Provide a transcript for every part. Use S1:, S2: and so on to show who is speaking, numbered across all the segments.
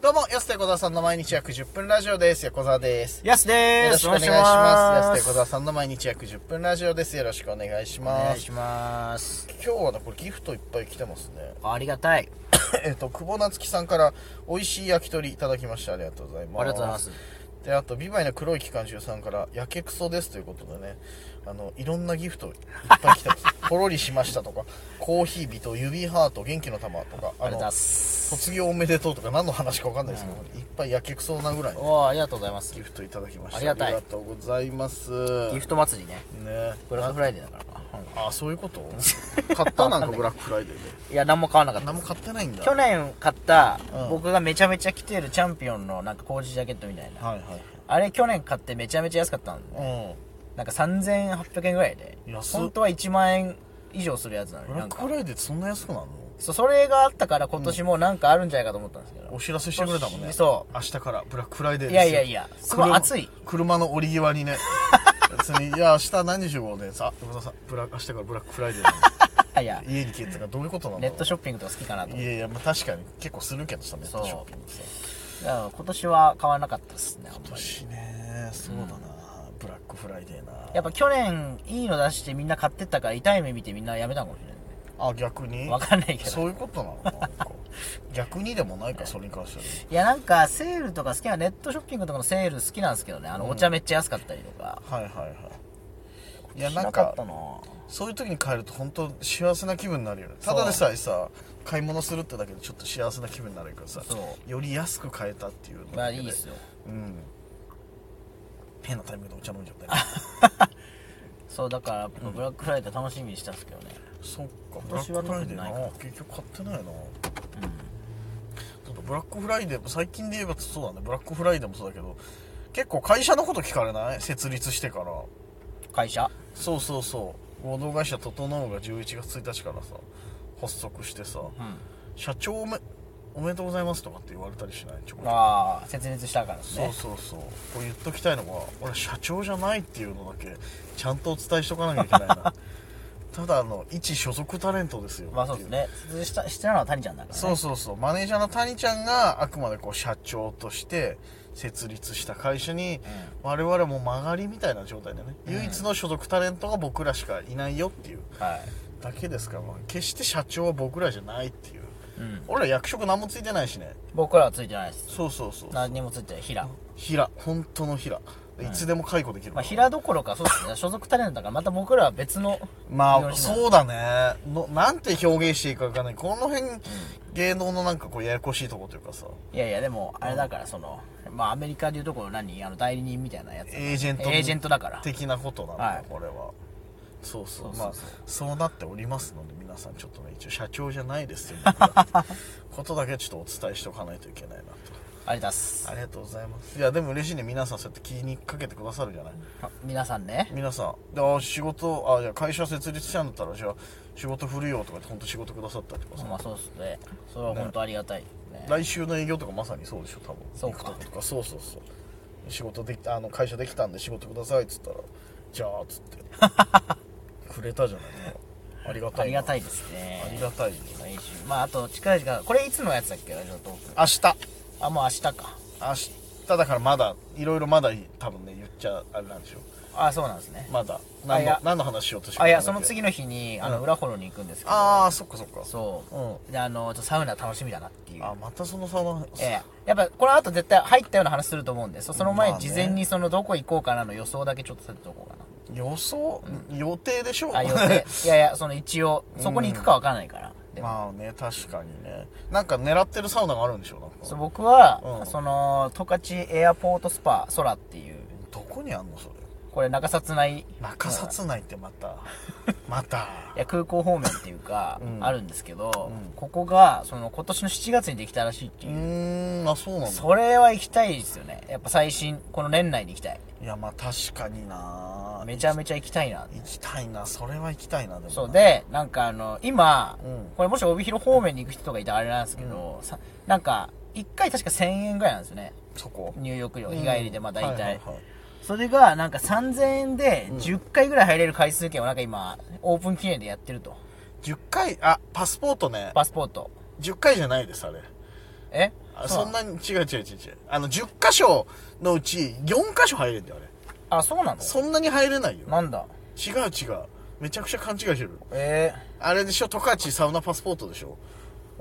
S1: どうも、安手小沢さんの毎日約10分ラジオです。横澤です。
S2: やすでーす。
S1: よろしくお願いします。安手
S2: お
S1: 小沢さんの毎日約10分ラジオです。よろしくお願いしま
S2: 願い
S1: す。
S2: します。
S1: 今日はね、これギフトいっぱい来てますね。
S2: ありがたい。
S1: えっと、久保夏樹さんから美味しい焼き鳥いただきました。ありがとうございます。
S2: ありがとうございます。。
S1: で、あと、ビバイの黒い機関銃さんから、やけくそですということでね、あの、いろんなギフトいっぱい来て ます。ほろりしましたとか、コーヒー日と指ハート、元気の玉とか、あ
S2: ありがとうご
S1: の
S2: ざいま、す。
S1: 卒業おめでとうとか何の話か分かんないですけど、いっぱいやけくそなぐらい
S2: おーありがとうございます
S1: ギ。フトいただきました
S2: ありがたい
S1: ありがとうございます
S2: ギフト祭りね。
S1: ね
S2: ブラックフライデーだからな。
S1: あそういうこと 買ったなんかブラックフライデーで
S2: いや、何も買わなかった
S1: 何
S2: で
S1: も
S2: す。
S1: 買ってないんだ
S2: 去年買った、
S1: うん
S2: 僕がめちゃめちゃ着てるチャンピオンのなんか工事ジャケットみたいな。
S1: はいは
S2: あれ去年買ってめちゃめちゃ安かったの。
S1: い
S2: なんか3800円ぐらいで。
S1: 安っ
S2: 本当は1万円以上するやつなの
S1: うん
S2: に。
S1: ブ
S2: な
S1: ラッ
S2: ん
S1: ク
S2: か
S1: フライデーってそんな安くなる
S2: そうそれがあったから今年もなんかあるんじゃないかと思ったんですけど。
S1: のお知らせしてくれたもんね
S2: そう。
S1: 明日からブラックフライデー
S2: いやいやいやすごい
S1: 車
S2: 暑い
S1: 車の折り際 にね別にいや明日何時集合でさ横澤さんブラ明日からブラックフライデーなんで
S2: いや、
S1: 家に消えてたからどういうことなんだ
S2: ネ
S1: ろ
S2: ットショッピングとか好きかなと思って
S1: いやいや、まあ、確かに結構するけどさネットショッピングさ
S2: だから今年は買わなかったですねあんまり
S1: 年ねそうだな、ブラックフライデーな
S2: やっぱ去年いいの出してみんな買ってったから痛い目見てみんなやめたのかもしれないね
S1: あ逆に
S2: わかんないけど
S1: そういうことなのかなんか逆にでも ないかそれに関してはい
S2: やなんかセールとか好きなネットショッピングとかのセール好きなんですけどねあのお茶めっちゃ安かったりとか、
S1: はいはいはいいや
S2: し
S1: なん
S2: なか
S1: か
S2: ったな
S1: そういう時に帰ると本当幸せな気分になるよねただでさえさ買い物するってだけでちょっと幸せな気分になるからさ
S2: そ
S1: より安く買えたっていうのだけで
S2: まあいいですよ
S1: うん変なタイミングでお茶飲んじゃったり
S2: そうだからやっぱブラックフライデー楽しみにしたんですけどね、
S1: そっかブラッ
S2: 私は
S1: クフライデー
S2: 飲んでな
S1: な結局買ってないな
S2: うん、
S1: ちょっとブラックフライデーも最近で言えばそうだねブラックフライデーもそうだけど結構会社のこと聞かれない設立してから
S2: 会社
S1: そうそうそう合同会社整うが11月1日からさ発足してさ
S2: うん
S1: 社長おめおめでとうございますとかって言われたりしないちょこちょこ
S2: ああ設立したからね
S1: そうそうそうこう言っときたいのが俺社長じゃないっていうのだけちゃんとお伝えしとかなきゃいけない なただあの一所属タレントですよ
S2: まあそうですね設立したしてたのは谷ちゃんだから、ね、
S1: そうそうそうマネージャーの谷ちゃんがあくまでこう社長として設立した会社に、我々も曲がりみたいな状態でね、
S2: うん
S1: 唯一の所属タレントが僕らしかいないよっていう
S2: はい
S1: だけですから、まあ決して社長は僕らじゃないっていう
S2: うん、
S1: 俺ら役職何もついてないしね
S2: 僕らはついてないです
S1: そうそうそう
S2: 何にもついてない平
S1: 平本当の平いつでも解雇できる
S2: ま
S1: か
S2: あ、
S1: ら、
S2: 平どころか、そうですね。所属タレントだから、また僕らは別の。
S1: まあ、
S2: 広島
S1: そうだねの。なんて表現していいかわかんない。この辺、芸能のなんかこう、ややこしいとこというかさ、
S2: いやいや、でも、あれだから、その、まあ、アメリカでいうところ何あの、代理人みたいなやつ。
S1: エージェント
S2: エージェントだから。
S1: 的なことなんだ、
S2: はい
S1: これはそうそう
S2: そうそうそ
S1: ま
S2: う
S1: あそうなっておりますので皆さんちょっとね一応社長じゃないです よ僕らことだけはちょっとお伝えしておかないといけないな
S2: ありだす
S1: とあ。りがとうございますいやでも嬉しいね皆さんそうやって気にかけてくださるじゃない
S2: あ皆さんね。
S1: 皆さんであ仕事あじゃあ会社設立したんだったらじゃあ仕事振るよとか言って本当仕事くださったりとかさ、
S2: まあ、そうですね。それは本当ありがたいですね。
S1: 来週の営業とかまさにそうでしょ多分
S2: そうか
S1: 行くとかそうそうそう仕事できたあの会社できたんで仕事くださいっつったらじゃあっつって くれたじゃないですかありがたいな
S2: ありがたいですね。
S1: ありがたいよ
S2: 来週。まあ、あと、近々、これいつのやつだっけラジオトーク。
S1: 明日
S2: あ、もう明日か。
S1: 明日だからまだいろいろまだ多分ね言っちゃあれなんでしょう
S2: あ、そうなんですね。
S1: まだ
S2: あ
S1: 何
S2: い
S1: の
S2: や
S1: 何の話しようとして
S2: あ、いや、その次の日に、あの、裏幌に行くんですけど。
S1: ああそっかそっか
S2: そうう。で、あの、ちょっとサウナ楽しみだなっていう。
S1: あまたその差の、
S2: ええやっぱこの後絶対入ったような話すると思うんでそその前
S1: まあ
S2: に
S1: ね
S2: 事前にそのどこ行こうかなの予想だけちょっと立てておこうかな、
S1: 予想、予定でしょ
S2: あ予定いやいやその一応そこに行くかわからないから、でも、
S1: まあね確かにねなんか狙ってるサウナがあるんでしょなんか
S2: そう僕は、
S1: うん
S2: その十勝エアポートスパ空っていう
S1: どこにあんのそれ
S2: これ中札内
S1: 中札内ってま たまた
S2: いや空港方面っていうか、
S1: うん
S2: あるんですけど、
S1: うん
S2: ここがその今年の7月にできたらしいって
S1: う
S2: いう、
S1: ーんあそうなんだ
S2: それは行きたいですよねやっぱ最新この年内に行きたい
S1: いやまあ確かにな
S2: めちゃめちゃ行きたいなって
S1: 行きたいなそれは行きたいなでもな
S2: そうで、なんかあの、今、
S1: うん
S2: これもし帯広方面に行く人がいたらあれなんですけど、さなんか、1回確か1000円ぐらいなんですよね。
S1: そこ
S2: 入浴料、日帰りで、まあ大体、
S1: うんはいはいはい
S2: それが、なんか3000円で10回ぐらい入れる回数券をなんか今、オープン記念でやってると。
S1: 10回あパスポートね
S2: パスポート。
S1: 10回じゃないですあれ
S2: え
S1: あ
S2: そう
S1: そんなに、違う違う違う違う。あの、10箇所のうち4箇所入れんだよ、あれ。
S2: あ、そうなの
S1: そんなに入れないよ。
S2: なんだ
S1: 違う違う。めちゃくちゃ勘違いしてる。
S2: え
S1: あれでしょ、十勝サウナパスポートでしょ。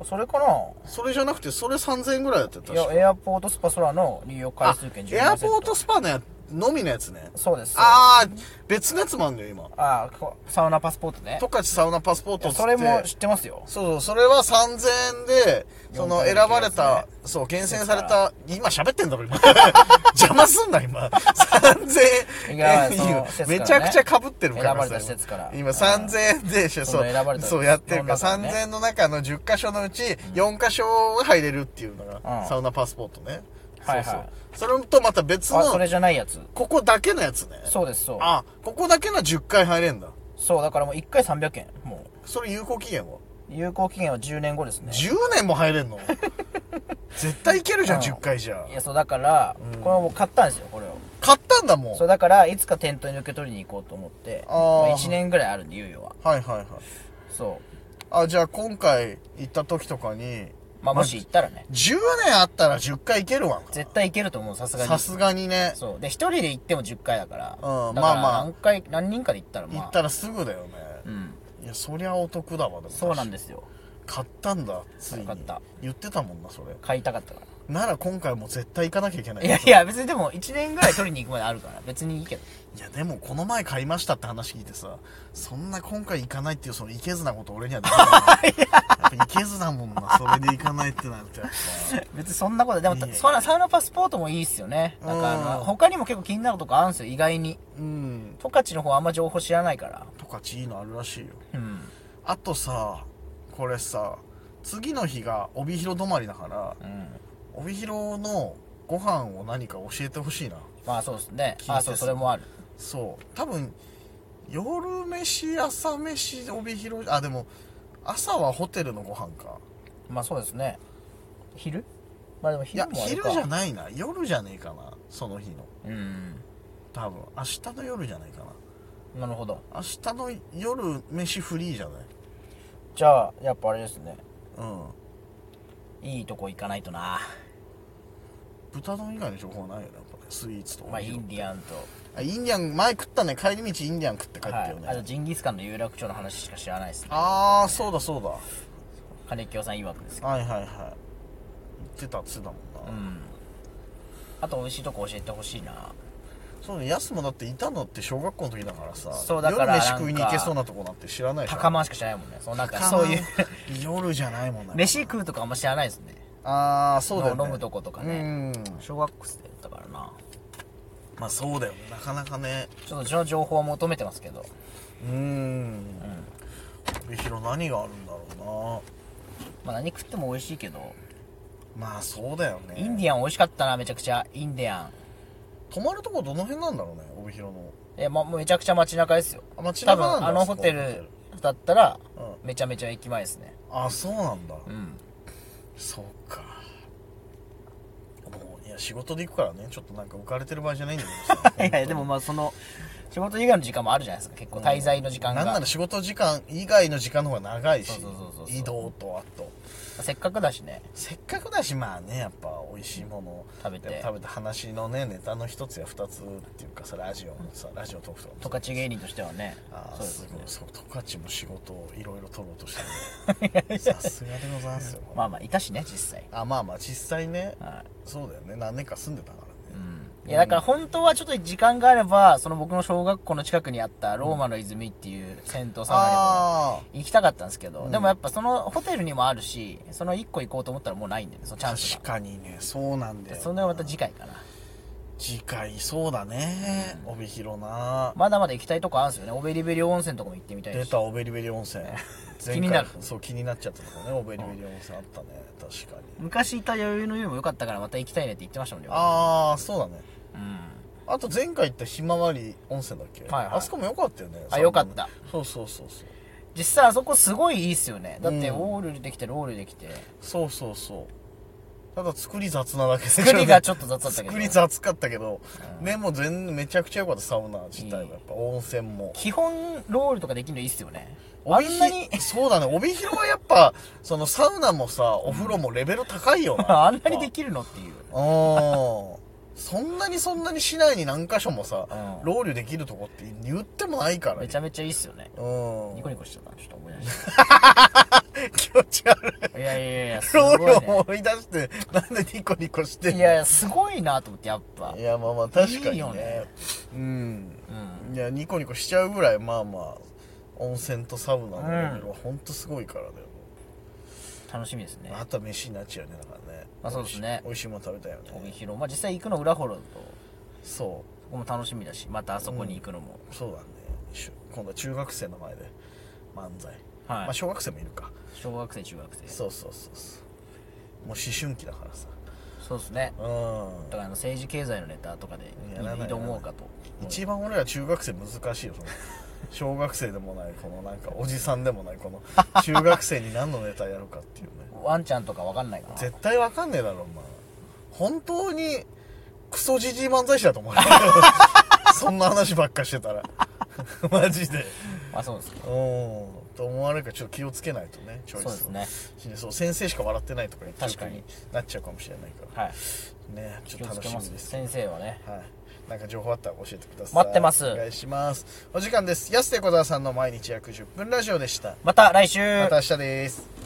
S2: ー、それかな
S1: それじゃなくて、それ3000円ぐらいだったよ、
S2: い
S1: 確
S2: や、
S1: か
S2: エアポートスパソラの利用回数券
S1: エアポー
S2: ト
S1: トスパのやのみのやつね。
S2: そうです。
S1: あー、別のやつもあんのよ、今。
S2: あこサウナパスポートね
S1: 十。勝サウナパスポートっつって。
S2: それも知ってますよ。
S1: そうそう、それは3000円で、その選ばれた、そう、厳選された、今喋ってんだろ、今。 邪魔すんな、今。3000円。
S2: いやその施設からね
S1: めちゃくちゃ被ってる
S2: 選ばれた施設から
S1: 今3000円で、そう、
S2: その選ばれた
S1: そうやってるから、
S2: 世の中ね
S1: 3000円の中の10箇所のうち、4箇所が入れるっていうの
S2: う
S1: が、
S2: ん
S1: サウナパスポートね。
S2: はいはい
S1: そうそう。それとまた別
S2: あ、そ
S1: の、
S2: れじゃないやつ。
S1: ここだけのやつね。
S2: そうです、そう。
S1: あ、ここだけの10回入れんだ。
S2: そう、だからもう1回300円。も
S1: それ有効期限は
S2: う、有効期限は10年後ですね。
S1: 10年も入れん の絶対いけるじゃん、
S2: うん
S1: 10回じゃ
S2: いや、そう、だから、これもう買ったんですよ、これを。
S1: 買ったんだもん
S2: そう、だから、いつか店頭に受け取りに行こうと思って、
S1: あー
S2: 1年ぐらいあるんで、猶予は。
S1: はいはいはい
S2: そ
S1: あじゃあ今回行った時とかに
S2: う。まあ、もし行ったらね、
S1: 10年あったら10回いけるわ
S2: 絶対行けると思う、さすがに。
S1: さすがにね
S2: そう。で、一人で行っても10回だから。
S1: うん
S2: だから
S1: まあまあ
S2: 何回、何人かで行ったらまあ。
S1: 行ったらすぐだよね、
S2: うん。
S1: いやそりゃお得だわでも
S2: そうなんですよ。
S1: 買ったんだついに
S2: 買った
S1: 言ってたもんなそれ
S2: 買いたかったから。
S1: なら今回も絶対行かなきゃいけない
S2: いやいや、別にでも1年ぐらい取りに行くまであるから、別にいいけど。
S1: いやでもこの前買いましたって話聞いてさそんな今回行かないっていうそのいけずなこと俺にはできないなやっぱいけずだもんなそれで行かないってなるとやっぱ
S2: 別にそんなこと、でも
S1: いいね、
S2: そんなサウナパスポートもいいっすよね。なんかあ
S1: うん
S2: の、他にも結構気になるとこあるんすよ、意外に。
S1: うん
S2: 十勝の方あんま情報知らないから。
S1: とかちいいのあるらしいよ
S2: うん。
S1: あとさこれさ次の日が帯広泊まりだから
S2: うん。
S1: 帯広のご飯を何か教えてほしいな
S2: まあそうですね
S1: 聞い。て
S2: あ、そう、それもある。
S1: そう多分夜飯朝飯帯広あでも朝はホテルのご飯か
S2: まあそうですね。昼まあでも
S1: い
S2: 昼
S1: や
S2: もあれ
S1: 昼
S2: か。
S1: じゃないな夜じゃねえかなその日の
S2: うん。
S1: 多分明日の夜じゃないかな
S2: なるほど。
S1: 明日の夜飯フリーじゃない
S2: じゃあ、やっぱあれですね。
S1: うん
S2: いいとこ行かないとな。
S1: 豚丼以外の情報ないよねやっぱねスイーツと
S2: まあ
S1: 帯
S2: イ
S1: 広
S2: ンディアンと。
S1: あインディアン前食ったね帰り道インディアン食って帰ったよね、
S2: はい、あとジンギスカンの有楽町の話しか知らないですね
S1: ああそうだそうだ
S2: 金清さん曰くですけ
S1: はいはいはい言ってたっつってたもんな、
S2: どうんあと美味しいとこ教えてほしいな
S1: そうねやすもだっていたのって小学校の時だからさ
S2: そうだから
S1: 夜飯食いに
S2: なん
S1: 行
S2: か
S1: けそうなとこなんて知らないじゃん
S2: 高間しか知らないもんねそうなんか
S1: 高
S2: そ
S1: 輪
S2: ういう
S1: 夜じゃないもんね
S2: 飯食うとかあんま知らないですね
S1: ああそうだよ、ね、
S2: 飲むとことかね
S1: うん
S2: 小学校生だったからな
S1: まあそうだよねなかなかね
S2: ちょっとその情報は求めてますけど
S1: うん帯広何があるんだろ
S2: まあ何食っても美味しいけど
S1: うなまあそうだよね
S2: インディアン美味しかったなめちゃくちゃインディアン
S1: 泊まるとこどの辺なんだろうね帯広の
S2: え、ま、もうめちゃくちゃ街中ですよ
S1: あ街
S2: 多
S1: 中なんだ
S2: 分あの
S1: そこ
S2: ホテルだったら
S1: う
S2: めちゃめちゃ駅前ですね
S1: あそうなんだ、
S2: うん
S1: そうかもういや仕事で行くからねちょっとなんか浮かれてる場合じゃないんだけどさ
S2: いやいやでもまあその仕事以外の時間もあるじゃないですか結構 滞在の時間
S1: な
S2: が、
S1: んなら仕事時間以外の時間の方が長いし
S2: そうそうそうそうそう
S1: 移動とあと
S2: せっかくだしね
S1: せっかくだしまあねやっぱ美味しいものを
S2: 食べて
S1: 食べて話のねネタの一つや二つっていうかさラジオのさラジオトークとかも
S2: 十勝芸人としてはね
S1: ああ
S2: そうですす
S1: ごい
S2: ね
S1: そう十勝も仕事をいろいろ取ろうとして るさすがでございますよ、
S2: まあまあいたしね実際
S1: あまあまあ実際ね
S2: は
S1: そうだよね何年か住んでたからね、
S2: いいやだから本当はちょっと時間があればその僕の小学校の近くにあったローマの泉っていう銭湯サウナにも
S1: ああ
S2: 行きたかったんですけど、
S1: うん
S2: でもやっぱそのホテルにもあるしその1個行こうと思ったらもうないんでねそのチャンス
S1: 確かにねそうなんだよ
S2: が
S1: な
S2: それはまた次回かな
S1: 次回そうだね、帯広な、
S2: まだまだ行きたいとこあるんですよねオベリベリ温泉とかも行ってみたい
S1: 出
S2: した
S1: オベリベリ温泉前回
S2: 気になる
S1: そう気になっちゃったとこねオベリベリ温泉あったね確かに
S2: 昔いた余裕の湯も良かったからまた行きたいねって言ってましたもんね
S1: ああそうだね
S2: うん
S1: あと前回行ったひまわり温泉だっけ、
S2: はいはい
S1: あそこも良かったよね
S2: あ良かった
S1: そうそうそうそう
S2: 実際あそこすごいいいっすよねだって
S1: うん
S2: オールできてロールできて
S1: そうそうそうただ作り雑なだけで
S2: 作りがちょっと雑だったけど
S1: 作り雑かったけど、
S2: うん
S1: でも全然めちゃくちゃ良かったサウナ自体はやっぱ温泉も
S2: 基本ロールとかできるのいいっすよねあ
S1: 帯
S2: ん
S1: 広
S2: なに
S1: そうだね帯広はやっぱそのサウナもさお風呂もレベル高いよな
S2: あんなにできるのっていう
S1: うんそんなにそんなに市内に何箇所もさ、
S2: うん
S1: ロウリュできるとこって言ってもないから
S2: めちゃめちゃいいっすよね
S1: うん
S2: ニコニコしちゃったちょっと思い出し
S1: 気持ち悪い
S2: たいやいやいや す
S1: ロウ
S2: ごい、
S1: リ
S2: ね
S1: ュを、思い出してなんでニコニコしてん
S2: い
S1: の
S2: やいやすごいなと思ってやっぱ
S1: いやまあまあ確かにね
S2: いいよね
S1: うん
S2: うん
S1: いやニコニコしちゃうぐらいまあまあ温泉とサウナのレベルはほんとすごいからだよ、
S2: 楽しみですね
S1: あとは飯になっちゃうねだからね
S2: まあそうですね
S1: 美味しい美味しいもの食べたいよ
S2: 帯
S1: ね
S2: 広まあ実際行くの裏幌と
S1: そ
S2: ここも楽しみだしまたあそこに行くのも、
S1: うそうだねしゅ今度は中学生の前で漫才、
S2: はい、
S1: まあ小学生もいるか
S2: 小学生中学生
S1: そうそうそうそうもう思春期だからさ
S2: そうですねだ
S1: う
S2: からあの政治経済のネタとかで
S1: やらない
S2: 挑もうかと
S1: ん一番俺ら中学生難しいよ その小学生でもないこのなんかおじさんでもないこ の中学生に何のネタやるかっていうね
S2: ワンちゃんとかわかんないかな
S1: 絶対わかんねえだろお前本当にクソじじい漫才師だと思うよ そんな話ばっかしてたら マジで
S2: まあそうですね
S1: うんと思われるからちょっと気をつけないとねチョイスを
S2: そうです
S1: ねそう先生しか笑ってないとかに
S2: 確かに
S1: なっちゃうかもしれないから
S2: はい
S1: ねち
S2: 気
S1: ょっ
S2: を
S1: と楽
S2: つけ
S1: し
S2: ま
S1: み
S2: す
S1: です
S2: 先生はね
S1: はいなんか情報あったら教えてください
S2: 待ってます
S1: お願いしますお時間です安手小沢さんの毎日約10分ラジオでした
S2: また来週
S1: また明日です